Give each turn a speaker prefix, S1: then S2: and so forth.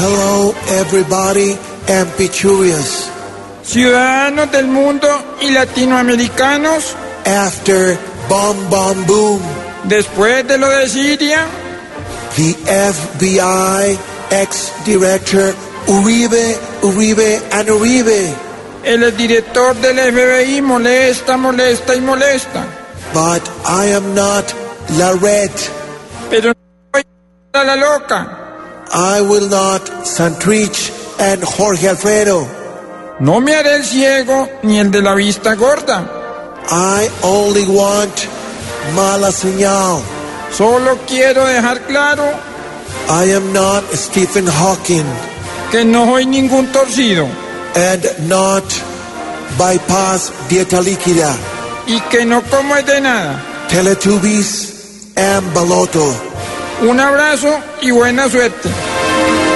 S1: Hello, everybody, and Peturious.
S2: Ciudadanos del mundo y latinoamericanos,
S1: After Bomb Bomb Boom,
S2: después de lo de Siria,
S1: the FBI ex director Uribe, Uribe, and Uribe.
S2: el director del FBI molesta, molesta y molesta.
S1: But I am not La Red.
S2: Pero no voy a la loca.
S1: I will not Santrich and Jorge Alfredo.
S2: No me haré el ciego ni el de la vista gorda.
S1: I only want Mala Señal.
S2: Solo quiero dejar claro
S1: I am not Stephen Hawking
S2: que no soy ningún torcido
S1: and not Bypass Dieta Líquida,
S2: y que no como es de nada.
S1: Teletubbies, and Baloto.
S2: Un abrazo y buena suerte.